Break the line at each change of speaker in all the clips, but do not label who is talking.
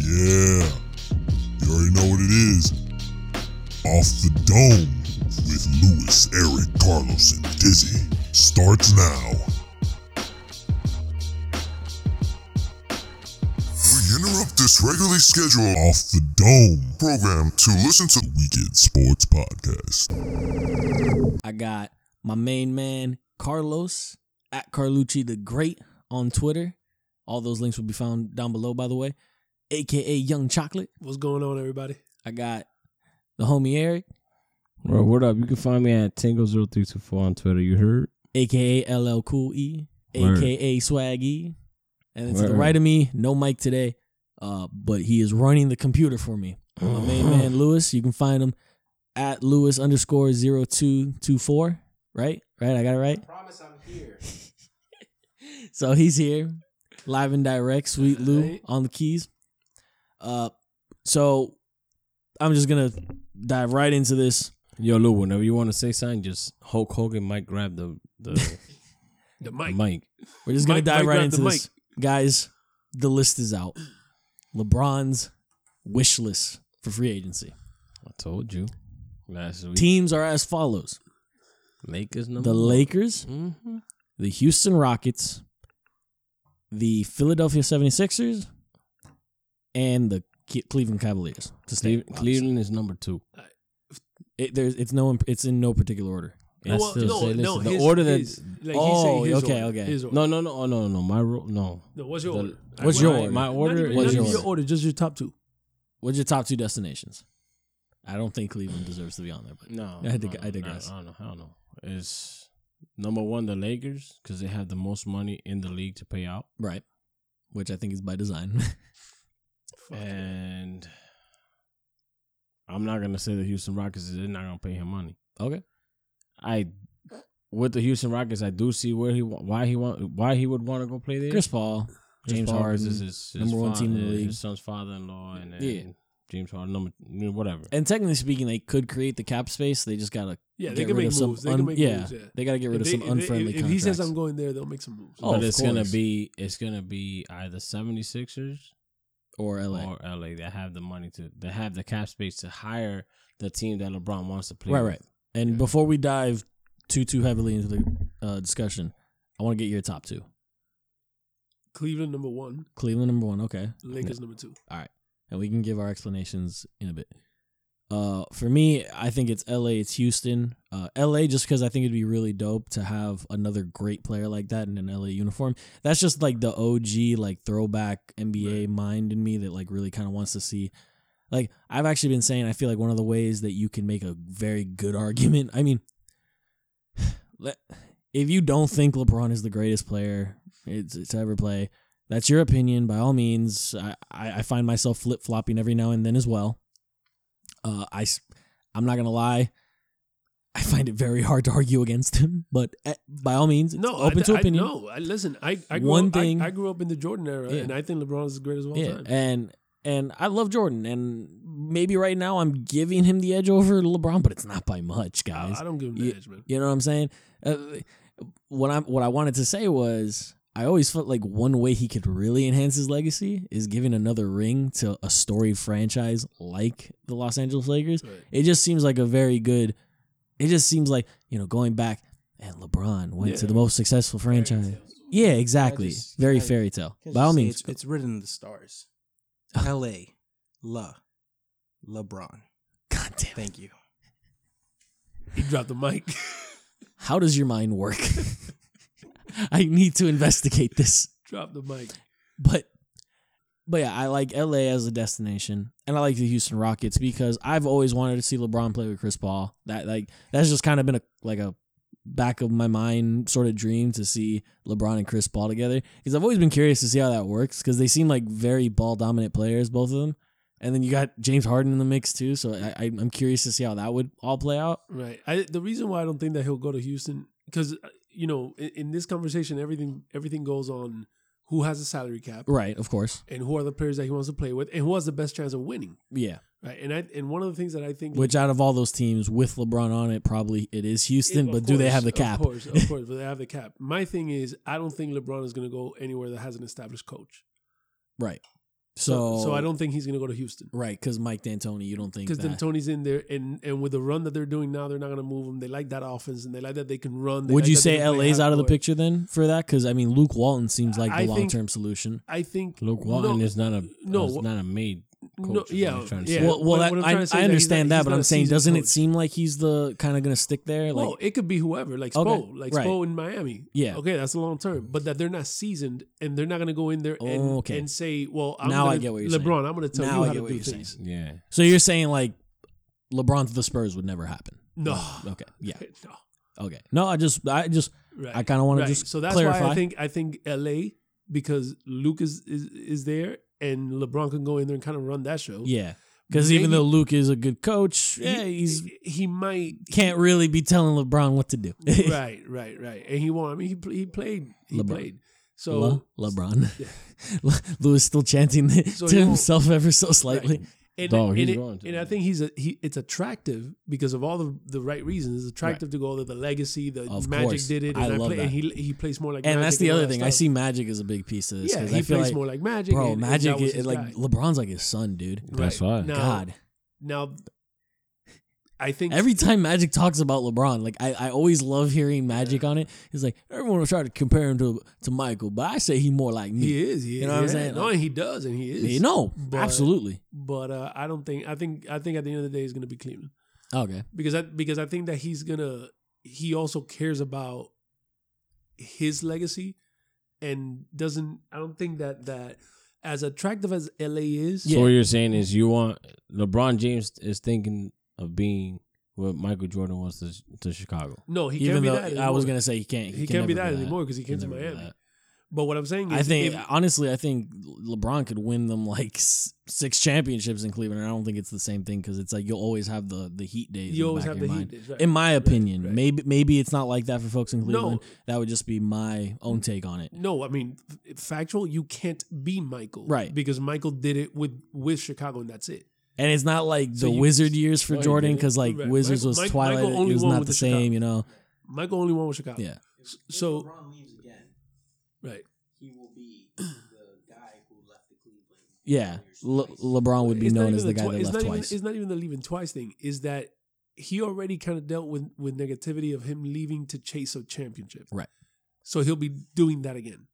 Yeah. You already know what it is. Off the Dome with Lewis, Eric, Carlos, and Dizzy starts now. We interrupt this regularly scheduled Off the Dome program to listen to the Weekend Sports Podcast.
I got my main man Carlos at Carlucci the Great on Twitter. All those links will be found down below, by the way. AKA Young Chocolate.
What's going on, everybody?
I got the homie Eric,
Bro, what up? You can find me at Tango0324 on Twitter. You heard?
aka LL Cool E,
Word.
aka Swag E. And then to the
Word.
right of me, no mic today, uh, but he is running the computer for me.
Oh.
My main man Lewis, you can find him at Lewis underscore zero two two four. Right? Right? I got it right?
promise I'm here.
So he's here, live and direct, Sweet Lou
Alright.
on the keys. Uh, so I'm just gonna dive right into this.
Yo, Lou, whenever you want to say something, just Hulk Hogan might grab the, the
The
mic.
mic.
We're just gonna
Mike-
dive
Mike
right
grabbed
into
the
this, guys. The list is out. LeBron's wish list for free agency.
I told you. Last week.
Teams are as follows:
Lakers number
the Lakers,
Mm-hmm.
the Houston Rockets, the Philadelphia 76ers, and the Ke- Cleveland Cavaliers. To stay, obviously.
Cleveland is number two.
It, there's, it's no, it's in no particular order.
I
well,
still
no,
say, listen,
no,
the
his-
order that.
his- like, he's
Oh,
saying his
okay,
order,
okay.
his order.
no, no, no, oh, no, no. My ro- no.
No, what's your
The-
order?
what's
Like,
your order?
not
My
even-
order
Not even, not
is-
even
What's
your
your
order, just your top two.
What's your top two destinations? I don't think Cleveland deserves to be on there, but
No.
I dig-
no,
I
no,
digress.
I don't know. I don't know. It's number one, the Lakers, because they have the most money in the league to pay out.
right, which I think is by design.
And I'm not gonna say the Houston Rockets they're not gonna pay him money.
okay,
I with the Houston Rockets, I do see where he wa- why he want why he would want to go play there.
Chris Paul,
Chris
James
Paul
Harden,
mm-hmm.
is his, his
number one
fa-
team in the
uh,
league.
His son's father-in-law, and then
Yeah.
James Harden, number whatever.
and technically speaking, they could create the cap space. They just gotta
Yeah, they
Get
can
rid
make
of some
moves. They
un-
can make
yeah.
moves. Yeah.
they gotta get rid
If
of
they-
some
if they-
unfriendly
if, if he
contracts.
says I'm going there, they'll make some moves.
Oh,
but
of
it's gonna
course.
be it's gonna be either 76ers
or LA,
or LA that have the money to that have the cap space to hire the team that LeBron wants to play.
right,
with.
right. And before we dive too too heavily into the uh, discussion, I want to get your top two.
Cleveland number one,
Cleveland number one, okay,
Lakers number two.
and we can give our explanations in a bit. Uh, for me, I think it's L.A. It's Houston. Uh, L.A. Just because I think it'd be really dope to have another great player like that in an L.A. uniform. That's just like the OG, like throwback NBA mind in me that like really kind of wants to see. Like I've actually been saying, I feel like one of the ways that you can make a very good argument. I mean, le- if you don't think LeBron is the greatest player it's, to ever play, that's your opinion by all means i i, I find myself flip-flopping every now and then as well uh i s- i'm not gonna lie i find it very hard to argue against him but eh, by all means it's
No,
open
I,
to
I-
opinion
no, I, listen, I, I grew
One
up, I-
thing-
I, grew up in the Jordan era,
Yeah.
and I think LeBron is the greatest of all
yeah
time.
and and i love jordan and maybe right now i'm giving him the edge over lebron but it's not by much guys
I, I don't give him the
Yeah.
edge, man.
You know what I'm saying? Uh, what I what I wanted to say was I always felt like one way he could really enhance his legacy is giving another ring to a storied franchise like the Los Angeles Lakers.
Right.
It just seems like a very good. It just seems like you know going back and LeBron went to
Yeah.
the most successful franchise. Yeah, exactly.
just-
very
can I-
fairy tale.
Can't
By
you
all
see
means,
it's, it's written in the stars. L.A. La LeBron.
God damn it.
Thank you.
He dropped the mic.
How does your mind work? I need to investigate this.
dropped the mic.
But but yeah, I like LA as a destination, and I like the Houston Rockets because I've always wanted to see LeBron play with Chris Paul. That like that's just kind of been a like a back of my mind sort of dream to see LeBron and Chris Paul together because I've always been curious to see how that works because they seem like very ball dominant players, both of them. And then you got James Harden in the mix too, so I, I, I'm curious to see how that would all play out.
Right. I, the reason why I don't think that he'll go to Houston because you know in, in this conversation everything everything goes on who has a salary cap
Right, of course.
and who are the players that he wants to play with and who has the best chance of winning.
Yeah.
Right. And I and one of the things that I think
Which out of all those teams with LeBron on it, probably it is Houston,
Of
but do they
course,
have the cap?
Of course, of course, but they have the cap. My thing is I don't think LeBron is going to go anywhere that has an established coach.
Right. So,
so I don't think he's going to go to Houston
right because Mike D'Antoni. You don't think
because
that?
then Tony's in there, and and with the run that they're doing now, they're not going to move him. They like that offense, and they like that they can run. They
Would
like
you
that they
say
can play
LA's out of the
half-court.
picture then for that? Because I mean, Luke Walton seems like
I
the
think-
long term solution.
I think
Luke Walton
no,
is not a
no,
no, is not a made. coach,
no,
is what
yeah,
I'm trying to
yeah.
say.
Well, well,
What-
that,
what I'm
I,
trying to say
I
is that he's
understand
not-
that,
he's
but
not
I'm
a
saying,
seasoned
doesn't
coach.
it seem like he's the kind of going to stick there? Like,
well, it could be whoever, like
Okay,
Spo, like
right.
Spo in Miami.
Yeah.
okay, that's a long term, but that they're not seasoned and they're not going to go in there and,
Oh, okay.
and say, "Well, I'm
Now
gonna,
I get what you're saying.
LeBron, I'm going to tell
Now
you
I
how
get
to
what
do
you're saying.
things."
yeah.
so you're saying like LeBron to the Spurs would never happen?
No,
Okay. Yeah.
no,
Okay. No, I just, I just,
right.
I kind of want
Right.
to just
so that's
clarify.
why I think I think LA because Luke is, is is there and LeBron can go in there and kind of run that show.
yeah. Because even
Maybe-
though Luke is a good coach, yeah,
he,
he's
he might
can't really be telling LeBron what to do.
right, right, right, and he won. I mean, he pl- he played, he
LeBron.
played. So
Le- LeBron. Lewis still chanting to
he won't-
himself ever so slightly.
and,
Dog,
and
he's
it-
going to.
and I think he's a he. It's attractive because of all the the right reasons. It's attractive to go there. The legacy, the
Of
Magic
course.
did it,
I
and
love
play, and
that.
he he plays more like.
And
Magic
that's the
all
other
that
thing. I
stuff.
see Magic as a big piece of this.
Yeah,
'cause
he
I feel
plays
like,
more like Magic.
bro,
and- and that
Magic
was
is
his
like
guy.
LeBron's like his son, dude.
That's
Right.
why.
Now-
God,
Now, I think
every time Magic talks about LeBron, like I, I always love hearing Magic on it. He's like everyone will try to compare him to to Michael, but I say he more like me.
he is. He,
You know what I'm
yeah.
saying?
No, and he does, and he is.
Yeah, no,
but-
absolutely.
but uh, I don't think. I think. I think at the end of the day, he's going to be Cleveland
Okay,
because I because I think that he's gonna. He also cares about his legacy, and doesn't. I don't think that that as attractive as LA is.
Yeah.
So what you're saying is you want LeBron James is thinking of being what Michael Jordan was to to Chicago.
No, he
even
can't be
though
that. Anymore.
I was gonna say he can't,
He can't be
never
that anymore 'cause he came to
never be
Miami.
that.
But what I'm saying is,
I think
if-
honestly, I think LeBron could win them like s- six championships in Cleveland. and I don't think it's the same thing because it's like you'll always have the the heat days. in
you always
the back
have
of
the
your
heat.
mind.
days, right.
In my opinion,
right.
maybe maybe it's not like that for folks in Cleveland.
no,
That would just be my own take on it.
no. I mean, f- factual. You can't be Michael,
Right.
Because Michael did it with with Chicago, and that's it.
And it's not like the
So you-
Wizard years for
oh,
Well, you
Jordan
did it.
because like
Right.
Wizards
Michael-
was
Mike-
Twilight.
Michael only
it was
won
not
with
the
the
same,
Chicago.
you know.
Michael only won with Chicago.
Yeah,
If, if
So-
LeBron leaves again,
Right.
he will be the guy who left the Cleveland.
yeah. Le-
Warriors twice.
LeBron would be
It's not
known
even
as the guy
twi-
that
it's
left
not even-
twice.
it's not even the leaving twice thing. Is that he already kind of dealt with with negativity of him leaving to chase a championship,
Right.
So he'll be doing that again,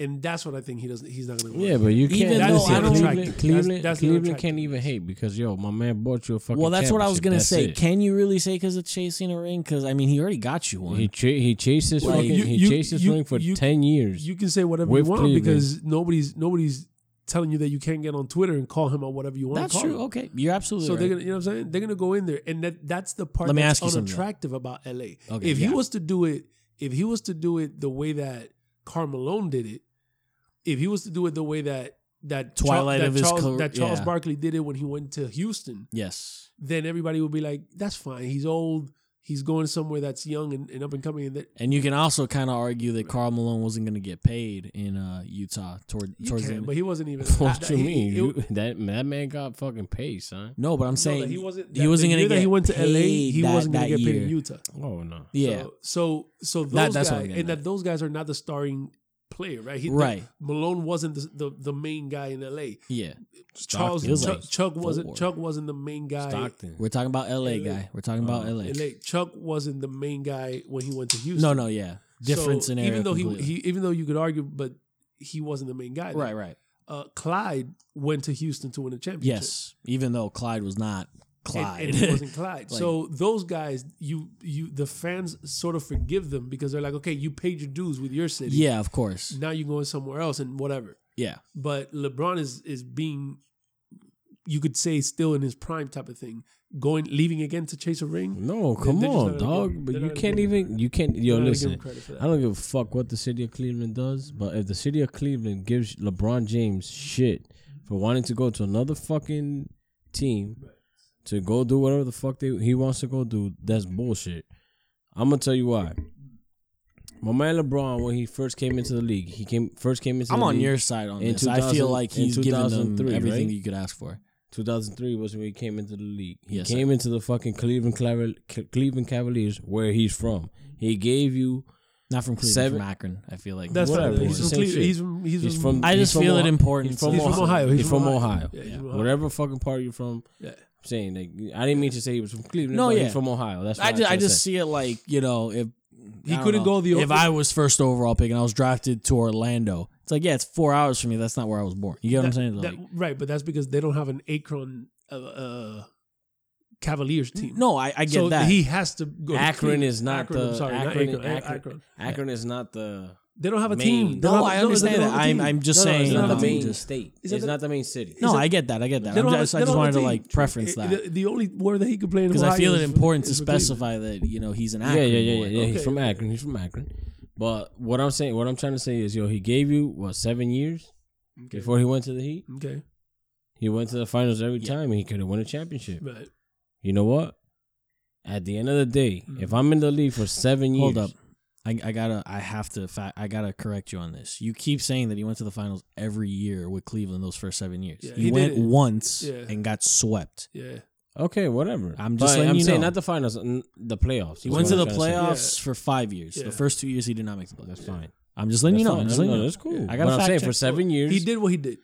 and that's what I think he doesn't. He's not going to.
Yeah, but you can't.
Even
though I don't-
Cleveland, Cleveland,
That's- that's the
Cleveland
attractive.
can't even hate because yo, my man bought you a fucking.
Well, that's what I was
championship.
gonna
That's
say.
it.
Can you really say because it's chasing a ring? Because I mean, he already got you one.
He cha- he chased his
Like,
fucking
you-
he
you-
chased his
you-
ring for
you-
ten years.
You can say whatever
With
you want
Cleveland.
because nobody's nobody's telling you that you can't get on Twitter and call him on whatever you want.
That's
to call
true.
him.
Okay, you're absolutely
So
right.
they're gonna, you know what I'm saying? They're gonna go in there, and that that's the part
Let me
that's
ask you something, though.
unattractive about LA.
Okay,
if
yeah.
he was to do it, if he was to do it the way that Carmelone did it, if he was to do it the way that that Char-
Twilight
that
of his
Charles,
career-
that Charles
yeah.
Barkley did it when he went to Houston,
yes.
then everybody would be like, "That's fine. He's old. He's going somewhere that's young and, and up and coming." And that
And you can also kind of argue that Carl Malone wasn't going to get paid in uh, Utah toward
you
towards the
can,
end.
but he wasn't even.
What
that-
you
he-
mean?
it-
You- that that man got fucking paid, son.
no, but I'm
no,
saying
that
he
he
wasn't.
wasn't.
he
that the
wasn't gonna
year that
get
he went to LA. He
paid that-
wasn't going
that
to get paid in
year.
Utah.
Oh no.
Yeah,
So so, so those
That- that's what I'm
guys,
getting
and
at.
that those guys are not the starring player, right? He,
right.
Malone wasn't the, the the main guy in L.A.
Yeah,
Charles
Stockton
was
Chuck,
like
Chuck wasn't
four.
Chuck wasn't the main guy.
Stockton.
we're talking about LA, guy. We're talking about
Uh,
LA.
LA. Chuck wasn't the main guy when he went to Houston.
No, no, yeah, different
So
scenario.
Even though he,
completely.
he even though you could argue, but he wasn't the main guy. there.
right, right,
Uh, Clyde went to Houston to win a championship.
yes. Even though Clyde was not
And-
Clyde,
and, it wasn't Clyde.
Like-
so those guys, you you the fans sort of forgive them because they're like, okay, you paid your dues with your city.
yeah, of course,
Now you're going somewhere else and whatever.
yeah,
but LeBron is is being you could say still in his prime type of thing, going leaving again to chase a ring.
No,
They-
come
they're just
on,
not gonna
dog.
give-
but
they're
you
not gonna
can't
give him
even. You can't. Yo,
You're not gonna give him
listen.
credit for that.
I don't give a fuck what the city of Cleveland does, but if the city of Cleveland gives LeBron James shit for wanting to go to another fucking team to go do whatever the fuck they, he wants to go do, that's bullshit. I'm gonna tell you why. My man LeBron, when he first came into the league, he came first came into.
I'm
the
on
league,
your side on
in
this. I feel
2000
like
in
he's giving them
2003,
everything
right?
that you could ask for.
2003 was when he came into the league. He
Yes,
came into the fucking Cleveland Claver- Cleveland Cavaliers where he's from. He gave you
Not from Cleveland,
Seven-
from Akron. I feel like
That's
Whatever,
right. He's
it's the
from,
same
Cleveland.
shit.
he's from he's,
He's
from,
from.
I
he's
just
from
feel it
Ohio.
important.
He's from
he's
Ohio.
from Ohio.
He's from Ohio.
Yeah, he's
Yeah.
from Ohio.
Whatever fucking part you're from,
Yeah.
I'm saying like I didn't mean to say he was from Cleveland.
No,
but
yeah.
he's from Ohio. That's what
I just, I
tried to
just
say.
see it like you know if
He
I don't
couldn't
know,
go the
if I was first overall pick and I was drafted to Orlando. It's like yeah, it's four hours from me. That's not where I was born. You get what I'm
That-
saying?
that-
Like,
right, but that's because they don't have an Akron uh, uh, Cavaliers team.
no, I, I get
so
that.
he has to go. to
Akron
Cleveland.
is not
Akron,
the
I'm sorry, not
Akron,
Akron,
Akron,
Akron.
Akron is not the.
They don't have a
Maine.
team. They
no,
don't have-
I
they don't
understand
have
that.
a
I'm
team.
I'm just
no, no,
saying.
it's
no,
not
um,
the main
just-
state.
Is that
It's
the-
not the main city.
no,
Is it-
I get that. I get that.
They
I'm
don't have
just,
a-
I
they
just
don't
wanted
have
to
a
like
team.
preference
It-
that
The, the only word that he could play in
because
Ohio
I feel
is
it
from-
important to
is from Cleveland.
specify that you know he's an
yeah,
actor.
yeah, yeah, yeah, yeah. He's
Okay.
from Akron. He's from Akron. But what I'm saying, what I'm trying to say is, yo, he gave you what seven years
Okay.
before he went to the Heat.
Okay,
He went to the finals every
Yeah.
time, and he could have won a championship.
right.
You know what? At the end of the day,
Mm.
if I'm in the league for seven years,
Hold up. I, I gotta I have to fa- I gotta correct you on this. You keep saying that he went to the finals every year with Cleveland those first seven years.
Yeah,
he,
he
went
did it.
once
Yeah.
and got swept.
Yeah,
Okay, whatever.
I'm just
But
letting
I'm
you
saying
know.
not the finals, n- the playoffs.
He
is
went
what
to
I'm
the
trying say.
playoffs for five years.
Yeah.
The first two years he did not make the playoffs.
That's fine.
I'm just letting
That's
you know.
fine.
I'm just
No,
letting you
no,
know.
that's cool.
I gotta
I got I'm
fact
saying
check.
for seven years,
he did what he did.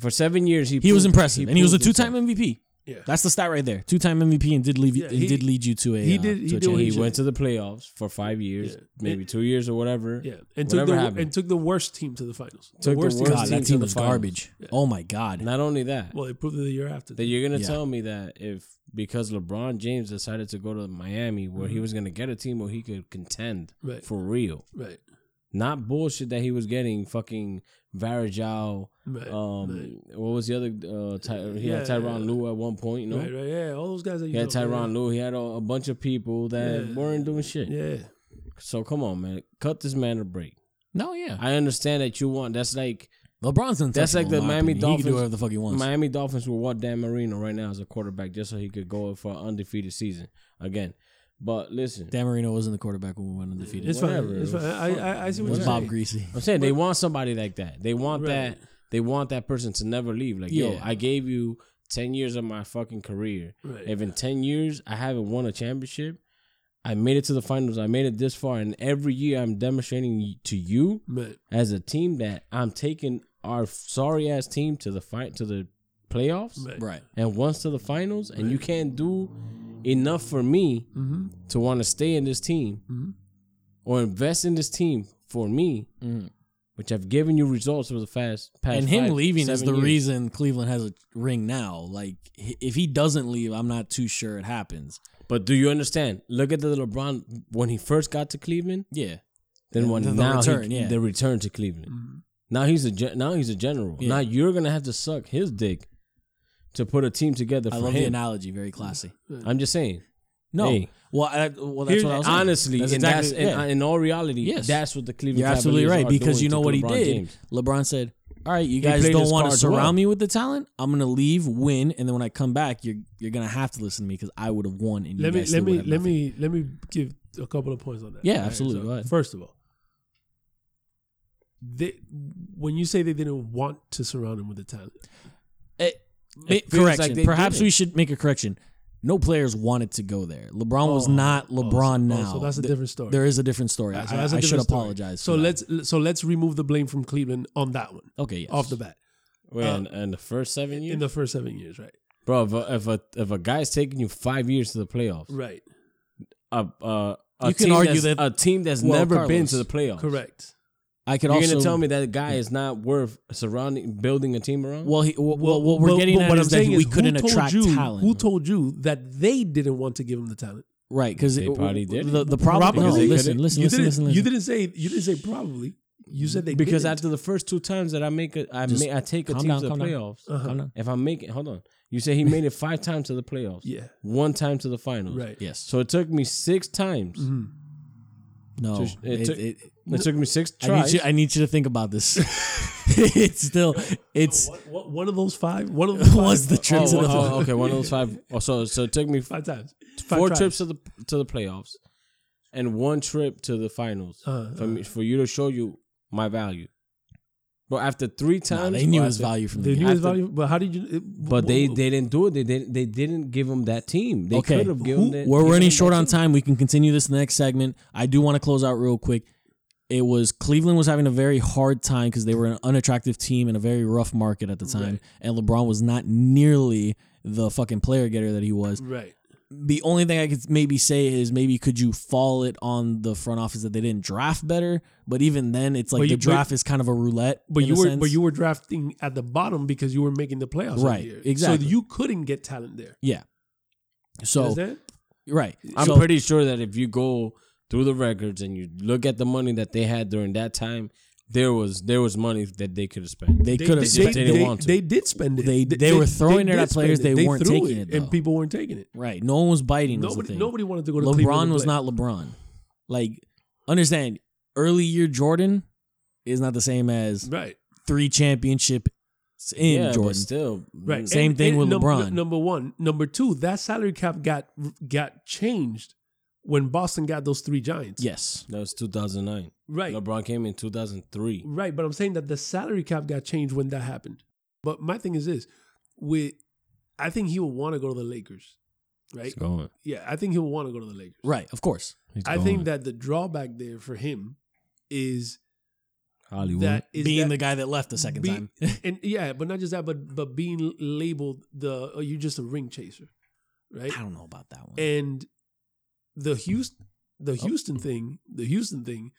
for seven years, he
He was
proved-
impressive, and he was a
proved himself.
two-time MVP.
Yeah.
That's the stat right there. Two-time MVP and did leave you
Yeah,
and
he-
did lead you to a.
he
uh,
did-
to
he
a
did what
championship.
He went to the playoffs for five years,
Yeah.
maybe two years or whatever.
Yeah, and took
Whatever
the
happened.
and took the worst team to the finals.
Took the
worst team.
worst
God,
team
that
to
team
the
was
finals.
garbage. Oh my god.
Not only that,
Well, it proved it the year after.
that you're gonna
Yeah.
tell me that if because LeBron James decided to go to Miami, where he was gonna get a team where he could contend
Right.
for real,
right,
not bullshit that he was getting fucking Varejao.
right, right.
Um, what was the other? Uh, Ty- he had
Yeah.
Tyron Lue at one point. You know,
Right, right, yeah, all those guys that you
he had
know,
Tyron Lue. He had a, a bunch of people that
Yeah.
weren't doing shit.
Yeah,
So come on, man, cut this man a break.
No, yeah.
I understand that you want. That's like
LeBron's untouchable.
That's like the
in my
Miami
opinion. He can do
Dolphins-
whatever the fuck he wants.
Miami Dolphins will want Dan Marino right now as a quarterback just so he could go for an undefeated season again. But listen,
Dan Marino wasn't the quarterback when we went undefeated.
it's
It
fine.
Whatever.
It's fine. I, I, I see what
was
you're
Bob
saying.
Greasy.
I'm saying they want somebody like that. They want
Right.
that. They want that person to never leave. Like, yo,
Yeah.
I gave you ten years of my fucking career.
Right.
If in ten years I haven't won a championship, I made it to the finals. I made it this far, and every year I'm demonstrating to you
Right.
as a team that I'm taking our sorry ass team to the fight to the playoffs
Right.
Right.
and once to the finals, and you can't do enough for me
Mm-hmm.
to want to stay in this team
Mhm.
or invest in this team for me,
Mhm.
which have given you results over the fast past.
And him
five,
leaving is
seven
the
years.
reason Cleveland has a ring now. Like, h- if he doesn't leave, I'm not too sure it happens.
But do you understand? Look at the LeBron when he first got to Cleveland,
Yeah.
then when
The- the
now
return,
he,
yeah. Mm-hmm.
the return to Cleveland.
Mhm.
Now he's a gen- now he's a general.
Yeah.
Now you're gonna have to suck his dick to put a team together for
I love the
him.
analogy. Very classy.
I'm just saying.
No.
Hey.
Well, I, well, that's
Here-
what I was saying.
honestly,
That's
and
exactly-
that's, and-
yeah.
in, all reality,
Yes.
that's what the Cleveland.
You're absolutely
Cavaliers
right.
are
Because
doing
you know
to
what he did?
LeBron James.
LeBron said, All right, you guys
played
don't
his
want to
cards
surround
well."
me with the talent. I'm going to leave, win, and then when I come back, you're you're going to have to listen to me because I would have won. And you
Let me
guys
let
still
me
would've
let
nothing.
me let me give a couple of points on that.
Yeah,
All right,
absolutely.
so
Go ahead.
First of all, they, when you say they didn't want to surround him with the talent, Oh,
It,
It
it-
feels
correction.
like they
Perhaps
did it.
we should make a correction. No players wanted to go there. LeBron was
Oh,
not LeBron
oh, so-
now.
oh, so that's a
Th-
different story.
There is a different story.
All
I,
right, so that's a
I should
different story.
apologize.
So
for that.
let's so let's remove the blame from Cleveland on that one
okay yes.
off the bat
Wait,
Uh,
and, and the first seven years,
in the first seven years, right?
bro. If a, if a if a guy's taking you five years to the playoffs,
Right.
a, a, a
You can
team
argue
that's- a team that's
well,
never been
Carlos,
to the playoffs,
Correct.
I could
You're
also
gonna tell me that guy is not worth surrounding building a team around?
Well, he, well, well, what we're
but-
getting
but
at
what
is
I'm
that
saying
we
who
couldn't
told
attract
you,
talent.
Who told you that they didn't want to give him the talent?
right? Because
They probably did.
The, the problem.
Probably.
No,
Because they
listen,
couldn't-
listen,
you
listen,
didn't.
listen,
You
listen.
didn't say. You didn't say probably. You said they
because
didn't.
after the first two times that I make a, I,
Just
ma- I take a
calm
team
down,
to the
calm down.
playoffs.
Uh-huh.
Calm down.
If I'm making, hold on, you say he made it five times to the playoffs,
yeah,
one time to the finals,
right.
Yes.
So it took me six times.
Mm-hmm.
Mhm.
no.
Just- it
it-
took-
it-
It took me six
I
tries. Oh,
need you. I need you to think about this. it's still. It's
What, what, one of those five. One of those five,
Was the trip
oh,
to the-
oh, okay, one of those five. Oh, so so it took me
five times. Five
four
tries.
trips to the to the playoffs, and one trip to the finals
Uh-huh,
Uh,
for me, for you to show you my value. But after three times,
no, they knew
or
his
after-
value from the
They
game.
knew his
After-
value, but how did you? it-
But they,
wh-
they didn't do it. They didn't they didn't give him that team. They
Okay.
could have given.
Who-
that-
We're
given
running
him
short on
that team.
time. We can continue this next segment. I do want to close out real quick. it was Cleveland was having a very hard time because they were an unattractive team in a very rough market at the time,
Right.
and LeBron was not nearly the fucking player getter that he was.
Right.
The only thing I could maybe say is maybe could you fall it on the front office that they didn't draft better, but even then it's like
But
the
you- but-
draft is kind of a roulette.
But
in
you
a
were
sense.
but you were drafting at the bottom because you were making the playoffs. every
Right,
year.
exactly.
So you couldn't get talent there.
so
Understand?
right.
I'm
so,
pretty sure that if you go through the records and you look at the money that they had during that time, there was there was money that they could have spent.
they could have
they-
spent
they
it.
didn't want to.
They did spend it.
They- they were throwing it
did
at
spend
players, they weren't
threw
taking it, though.
and people weren't taking it.
Right. No one was biting. was the
Nobody,
thing.
nobody wanted to go to Cleveland
LeBron
to
was
play.
not LeBron. Like, understand, early year Jordan is not the same as
right,
three championships in
but
Jordan.
still,
right.
mm,
Same thing with
num-
LeBron.
number one, number two, that salary cap got got changed when Boston got those three giants.
Yes.
That was 2009.
right,
LeBron came in 2003.
right. But I'm saying that the salary cap got changed when that happened. But my thing is this: with I think he would want to go to the Lakers, right?
He's going.
Yeah, I think he would want to go to the Lakers.
Right. Of course.
He's
I
going.
think that the drawback there for him is
Hollywood.
that is
Being
that-
the guy that left the second
be-
time.
and yeah, but not just that, but but being labeled the oh, you're just a ring chaser, right?
I don't know about that one.
And the
Oh.
Houston, the Houston thing, the Houston thing,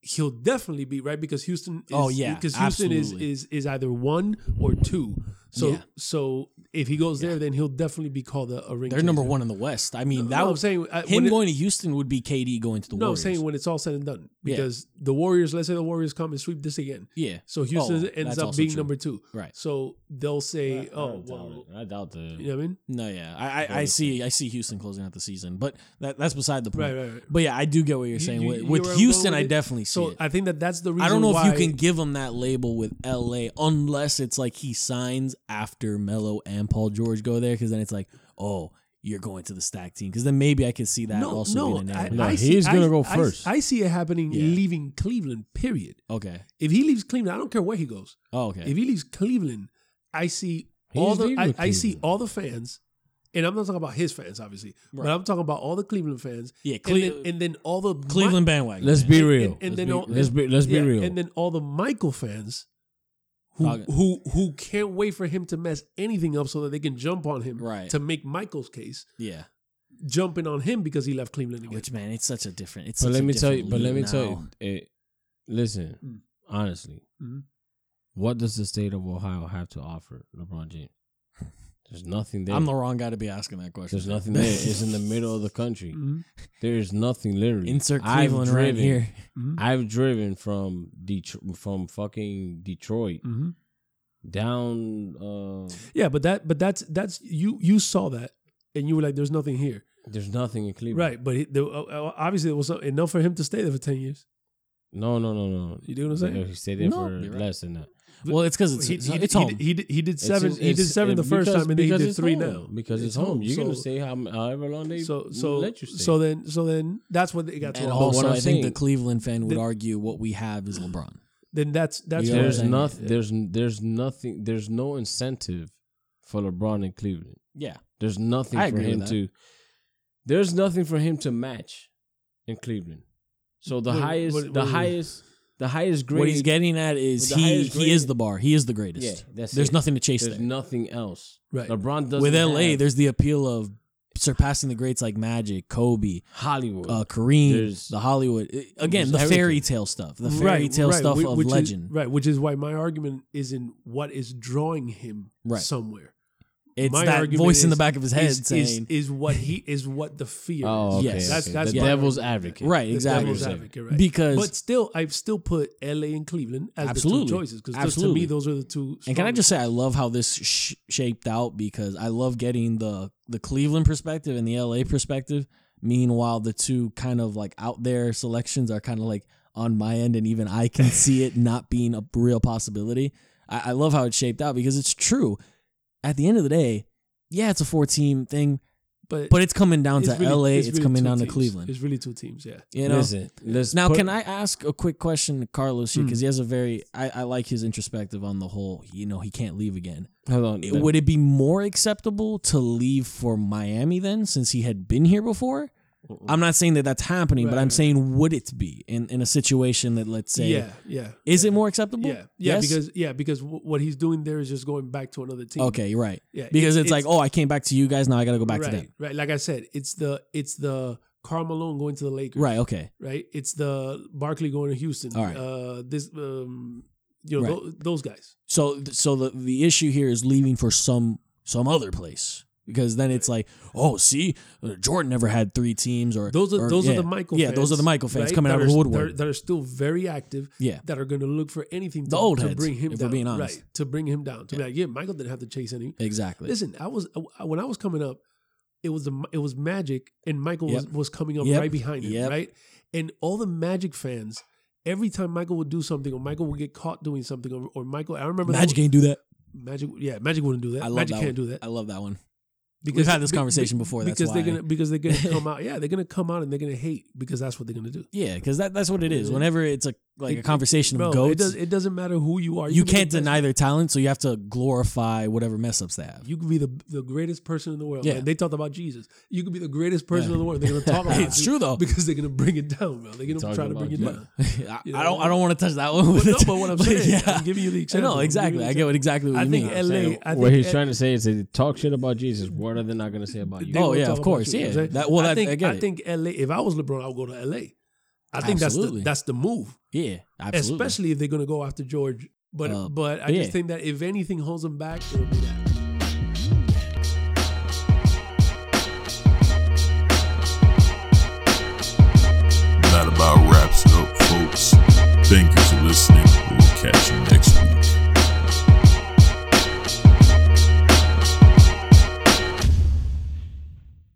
he'll definitely be right because Houston. Is,
Oh, yeah,
because Houston is,
absolutely.
is is either one or two. So
Yeah.
so if he goes there, then he'll definitely be called a, a ring.
They're number
chaser.
one in the West. I
No,
mean, that
I'm
was
saying I- when
him
it-
going to Houston would be KD going to the
No, I'm
Warriors.
saying when it's all said and done,
Yeah.
because the Warriors. Let's say the Warriors come and sweep this again.
yeah.
So Houston
Oh,
ends
that's
up
also
being
true.
number two.
Right.
So they'll say,
I,
"Oh,
doubt
well,
it. I doubt that.
you know what I mean?"
No, yeah. I, I, I
Warriors.
see I see Houston closing out the season, but that, that's beside the point.
Right, right, right.
But yeah, Hmm. I do get what you're
You-
saying.
you-
with
you
with
were
Houston,
going
I
with it?
definitely see
So
it.
I think that that's the reason.
I don't know if you
why-
can give him that label with LA unless it's like he signs after Melo and Paul George go there because then it's like, oh, you're going to the stack team because then maybe I could see that also being a
I,
narrative.
No,
I
he's
see,
gonna
I-
go
I-
first.
I, see it happening
Yeah.
leaving Cleveland. Period.
okay.
If he leaves Cleveland, I don't care where he goes.
Oh, okay.
If he leaves Cleveland, I see
He's
all the
leaving
I, I see
Cleveland.
all the fans, and I'm not talking about his fans, obviously, but
Right.
I'm talking about all the Cleveland fans.
yeah,
And,
Cle-
then, and then all the Mi-
Cleveland bandwagon.
Let's be
and-
real.
and then
let's,
all-
be, let's be let's be
yeah,
real.
and then all the Michael fans. Who,
Talking-
who who can't wait for him to mess anything up so that they can jump on him
Right.
to make Michael's case
yeah.
jumping on him because he left Cleveland again.
Which man, it's such a different. It's
but
such
let
a
me tell you.
different
But let me
league
tell
now. Hmm. Mm-hmm.
you. It, listen,
Mm.
honestly,
Mhm.
what does the state of Ohio have to offer LeBron James? There's nothing there.
I'm the wrong guy to be asking that question.
There's nothing there. It's in the middle of the country.
Mhm.
There's nothing literally.
Insert
I've
Cleveland right
driven-
here.
Mm-hmm.
I've driven from Detroit, from fucking Detroit
Mm-hmm.
Mhm.
Hmm.
down. Uh,
Yeah, but that but that's that's you you saw that and you were like, "There's nothing here,"
there's nothing in Cleveland.
right? But it, there, uh, uh, obviously, there was enough for him to stay there for ten years.
No, no, no, no.
You do what I'm
Yeah,
saying?
He stayed there
No,
for
you're right.
less than that.
Well, it's because it's
He, he,
it's
he,
home.
He, did- he did seven.
It's-
he did
it's-
seven
it-
the first
because-
time, and then he
because
did
it's
three
home.
now
Because it's, home. You're gonna stay how, however long they
so so
let you stay.
so then so then that's what it got to.
and
a-
all-
also,
I'm
I think the
saying-
Cleveland fan would
The-
argue what we have is LeBron.
then that's that's
You
what-
know what I'm
there's
saying?
nothing. There's there's nothing. There's no incentive for LeBron in Cleveland.
Yeah,
There's nothing
I
for
agree with
him
that.
to. There's nothing for him to match in Cleveland. So the
Wait,
highest,
what-
the
what-
highest, the highest grade.
what he's getting at is
The
he
highest
he is
grade-
the bar. He is the greatest.
Yeah, that's
there's
it.
nothing to chase
There's
there.
nothing else.
Right.
LeBron doesn't
With LA,
have
there's the appeal of surpassing the greats like Magic, Kobe,
Hollywood.
uh, Kareem,
There's-
the Hollywood. I- Again,
there's
the fairy
everything.
tale stuff, the fairy tale stuff
whi-
of
which is-
legend.
right, which is why my argument is in what is drawing him
Right.
somewhere.
It's
my
that
argument
voice in the
is-
back of his head
is,
saying,
is, is what he is what the fear.
oh,
is.
okay,
yes.
that's,
That's- that's
the
my
devil's advocate.
right,
The
exactly,
devil's advocate, right?
because
but still, I've still put L.A. and Cleveland as
Absolutely.
the two choices because to
Absolutely.
me those are the two.
And can I
strongest.
just say I love how this sh- shaped out because I love getting the the Cleveland perspective and the LA perspective. Meanwhile, the two kind of like out there selections are kind of like on my end, and even I can see it not being a real possibility. I, I love how it shaped out because it's true. At the end of the day, yeah, it's a four team thing,
but
but it's coming down
it's
to
really-
LA. It's,
really
coming
two
down to
teams.
Cleveland.
It's really two teams. Yeah,
You know,
Listen, let's
now,
put-
can I ask a quick question to Carlos here?
Hmm.
Because he has a very, I, I like his introspective on the whole, you know, he can't leave again.
hold on?
It-
let-
would it be more acceptable to leave for Miami then, since he had been here before? I'm not saying that that's happening,
Right,
but I'm
right.
saying would it be in, in a situation that let's say
yeah, yeah,
is
yeah.
it more acceptable?
Yeah, yeah,
Yes?
because yeah, because w- what he's doing there is just going back to another team.
okay, you're right.
yeah,
Because it's, like, oh, I came back to you guys. Now I got to go back
right,
to them.
Right, like I said, it's the it's the Karl Malone going to the Lakers.
Right. Okay.
right? It's the Barkley going to Houston.
All right.
Uh, this, um, you know,
Right.
tho- those guys.
So th- so the the issue here is leaving for some some other place because then it's like, oh, see, uh, Jordan never had three teams or
Those are
or-
those
yeah.
are the Michael.
Yeah,
fans,
those are the Michael fans
right?
coming
that
out
are,
of the
That are,
woodwork.
that are still very active.
yeah.
That are going to look for anything. To,
The old
to
heads,
bring him
if we're
down.
being honest.
right? To bring him down. To be
Yeah.
like, yeah, Michael didn't have to chase any.
Exactly.
Listen, I was I- when I was coming up, it was the it was Magic, and Michael was,
Yep.
was coming up
Yep.
right behind him,
Yep.
right? And all the Magic fans, every time Michael would do something, or Michael would get caught doing something, or, or Michael, I remember that
Magic
one-
can't do that.
Magic, yeah, Magic wouldn't do that.
I love that
Magic can't
one.
do that.
I love that one. We've had this
be- be-
conversation before, that's
because
why.
they're gonna because they're gonna come out. Yeah, they're gonna come out and they're gonna hate because that's what they're gonna do.
Yeah, because that, that's what it is.
Yeah.
Whenever it's a like
It-
a conversation
Bro,
of
it,
goats,
does, it doesn't matter who you are.
you
can be the
can't
best-
deny their talent, so you have to glorify whatever mess ups they have.
You could be the the greatest person in the world.
Yeah.
man. they talked about Jesus. You could be the greatest person
Yeah.
in the world. They're gonna talk about
it's
you
true though.
because they're gonna bring it down, bro. They're gonna
Talking
try to
about
bring it
Jesus.
down.
I,
You
I
know?
don't. I don't want to touch that one.
But
With
no,
it.
but what I'm saying,
yeah.
I'm giving you the example.
no,
I'm giving
exactly.
you the
I get what
example.
exactly what
I
you
think
mean.
LA. I think
what he's
L-
trying to say is that they talk shit about Jesus. What are they not gonna say about you?
they
Oh,
will
yeah,
talk
of
about
course,
you,
yeah.
you know what I'm saying?
That- well,
I
that-
think
I get
I
it.
think LA. If I was LeBron, I would go to LA. I think
Absolutely.
that's the that's the move.
yeah, absolutely.
especially if they're going to go after George. But
Uh,
but I
but
just
yeah.
think that if anything holds them back, it'll be that.